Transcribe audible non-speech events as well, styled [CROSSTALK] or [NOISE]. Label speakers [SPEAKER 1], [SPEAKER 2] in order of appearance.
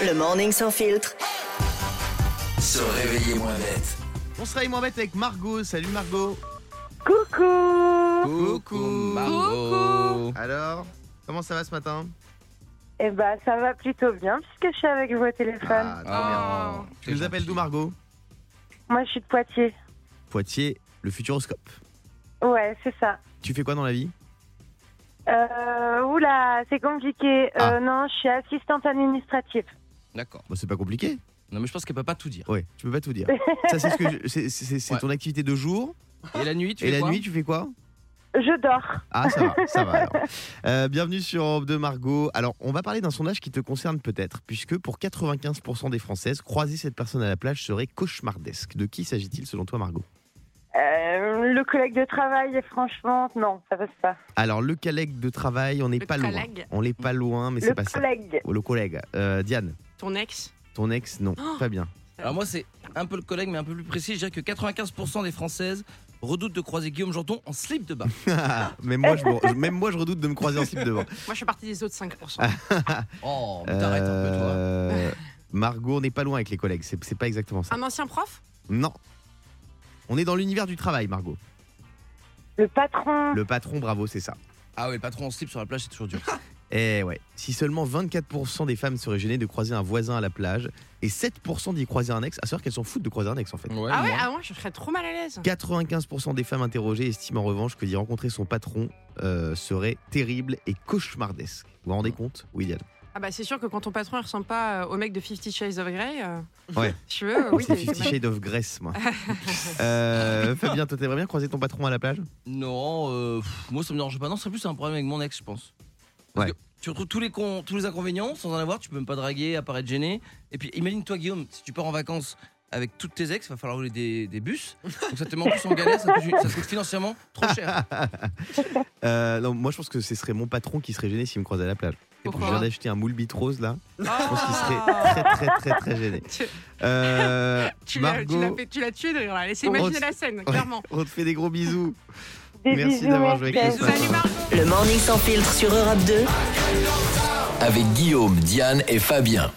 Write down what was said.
[SPEAKER 1] Le morning sans filtre.
[SPEAKER 2] Se réveiller moins bête.
[SPEAKER 3] On se réveille moins bête avec Margot. Salut Margot.
[SPEAKER 4] Coucou
[SPEAKER 3] Coucou.
[SPEAKER 5] Coucou.
[SPEAKER 3] Alors, comment ça va ce matin
[SPEAKER 4] Eh ben, ça va plutôt bien puisque je suis avec vous au téléphone.
[SPEAKER 3] Ah, trop
[SPEAKER 5] Oh.
[SPEAKER 3] bien. Tu nous appelles d'où Margot
[SPEAKER 4] Moi, je suis de Poitiers.
[SPEAKER 3] Poitiers, le futuroscope.
[SPEAKER 4] Ouais, c'est ça.
[SPEAKER 3] Tu fais quoi dans la vie
[SPEAKER 4] Euh, oula, c'est compliqué. Euh,
[SPEAKER 3] Ah.
[SPEAKER 4] Non, je suis assistante administrative.
[SPEAKER 5] D'accord.
[SPEAKER 3] Bah, C'est pas compliqué.
[SPEAKER 5] Non, mais je pense qu'elle peut pas tout dire.
[SPEAKER 3] Ouais, tu peux pas tout [LAUGHS] dire. ça, c'est ce que je- c'est- c'est c'est
[SPEAKER 5] Ouais.
[SPEAKER 3] ton activité de jour.
[SPEAKER 5] Et la nuit, tu
[SPEAKER 3] Et
[SPEAKER 5] fais
[SPEAKER 3] la
[SPEAKER 5] quoi
[SPEAKER 3] nuit, tu fais quoi
[SPEAKER 4] Je dors.
[SPEAKER 3] Ah, ça va, ça va. alors. [LAUGHS] Euh, bienvenue sur Europe 2, Margot. Alors, on va parler d'un sondage qui te concerne peut-être, puisque pour 95% des Françaises, croiser cette personne à la plage serait cauchemardesque. De qui s'agit-il selon toi, Margot
[SPEAKER 4] Euh, le collègue de travail, franchement, non, ça passe pas.
[SPEAKER 3] Alors, le collègue de travail, on n'est
[SPEAKER 6] Le
[SPEAKER 3] pas loin.
[SPEAKER 6] collègue.
[SPEAKER 3] On n'est pas loin, mais c'est
[SPEAKER 4] Le
[SPEAKER 3] pas ça.
[SPEAKER 4] collègue.
[SPEAKER 3] Oh, Le collègue. Euh, Diane,
[SPEAKER 6] Ton ex
[SPEAKER 3] ton ex, non.
[SPEAKER 6] Oh
[SPEAKER 3] Pas bien. [LAUGHS]
[SPEAKER 5] Alors, moi, c'est un peu le collègue, mais un peu plus précis. Je dirais que 95% des Françaises redoutent de croiser Guillaume Janton en slip de bain.
[SPEAKER 3] même, moi, je me- même moi, je redoute de me croiser en slip devant.
[SPEAKER 6] Moi, je suis partie des autres 5%.
[SPEAKER 3] Ah.
[SPEAKER 5] Oh, mais [LAUGHS] t'arrêtes un peu, toi.
[SPEAKER 3] Euh, Margot, on n'est pas loin avec les collègues. C'est c'est pas exactement ça.
[SPEAKER 6] Un ancien prof
[SPEAKER 3] Non. On est dans l'univers du travail, Margot.
[SPEAKER 4] Le patron.
[SPEAKER 3] Le patron, bravo, c'est ça.
[SPEAKER 5] Ah ouais, le patron en slip sur la plage, c'est toujours [LAUGHS] dur.
[SPEAKER 3] Eh ouais, si seulement 24% des femmes seraient gênées de croiser un voisin à la plage et 7% d'y croiser un ex, à savoir qu'elles s'en foutent de croiser un ex en fait.
[SPEAKER 6] Ah ouais, ah ouais, je serais trop mal à l'aise.
[SPEAKER 3] 95% des femmes interrogées estiment en revanche que d'y rencontrer son patron euh, serait terrible et cauchemardesque. Vous vous rendez compte Oui, Diane.
[SPEAKER 6] Ah bah, c'est sûr que quand ton patron, il ressemble pas euh, au mec de Fifty Shades of Grey. euh,
[SPEAKER 3] Ouais.
[SPEAKER 6] [LAUGHS] Tu veux, euh, oui.
[SPEAKER 3] C'est
[SPEAKER 6] t'es-
[SPEAKER 3] Fifty Shades of Grèce,
[SPEAKER 6] [LAUGHS]
[SPEAKER 3] moi. Euh, Fabien, toi, t'aimerais bien croiser ton patron à la
[SPEAKER 6] [LAUGHS]
[SPEAKER 3] plage
[SPEAKER 5] Non, euh, pff, moi ça me dérange pas. Non, c'est plus un problème avec mon ex, je pense. Parce
[SPEAKER 3] Ouais.
[SPEAKER 5] que tu retrouves tous les, con- tous les inconvénients sans en avoir. Tu peux même pas draguer, apparaître gêné. Et puis imagine-toi, Guillaume, si tu pars en vacances avec toutes tes ex, va falloir rouler des, des bus. Donc ça te met en plus en galère, ça te, coûte- ça te coûte financièrement [LAUGHS] trop cher.
[SPEAKER 3] Euh, Non, moi, je pense que ce serait mon patron qui serait gêné s'il me croisait à la plage. Et puis, je
[SPEAKER 6] Pourquoi
[SPEAKER 3] viens d'acheter un moule bite rose là. Je pense qu'il
[SPEAKER 6] Ah.
[SPEAKER 3] serait très, très, très, très gêné.
[SPEAKER 6] Oh, Tu-
[SPEAKER 3] Euh,
[SPEAKER 6] [LAUGHS] Tu l'as tu l'as
[SPEAKER 3] Margot,
[SPEAKER 6] fait- tu l'as tué de rire, là. Laissez
[SPEAKER 3] On-
[SPEAKER 6] imaginer la scène, clairement.
[SPEAKER 3] [LAUGHS] on te fait des gros bisous.
[SPEAKER 4] Des
[SPEAKER 3] Merci
[SPEAKER 4] bisous,
[SPEAKER 3] d'avoir joué avec
[SPEAKER 4] merci.
[SPEAKER 3] nous. Ouais.
[SPEAKER 6] Salut Margot
[SPEAKER 1] Le morning sans filtre sur Europe 2.
[SPEAKER 2] Avec Guillaume, Diane et Fabien.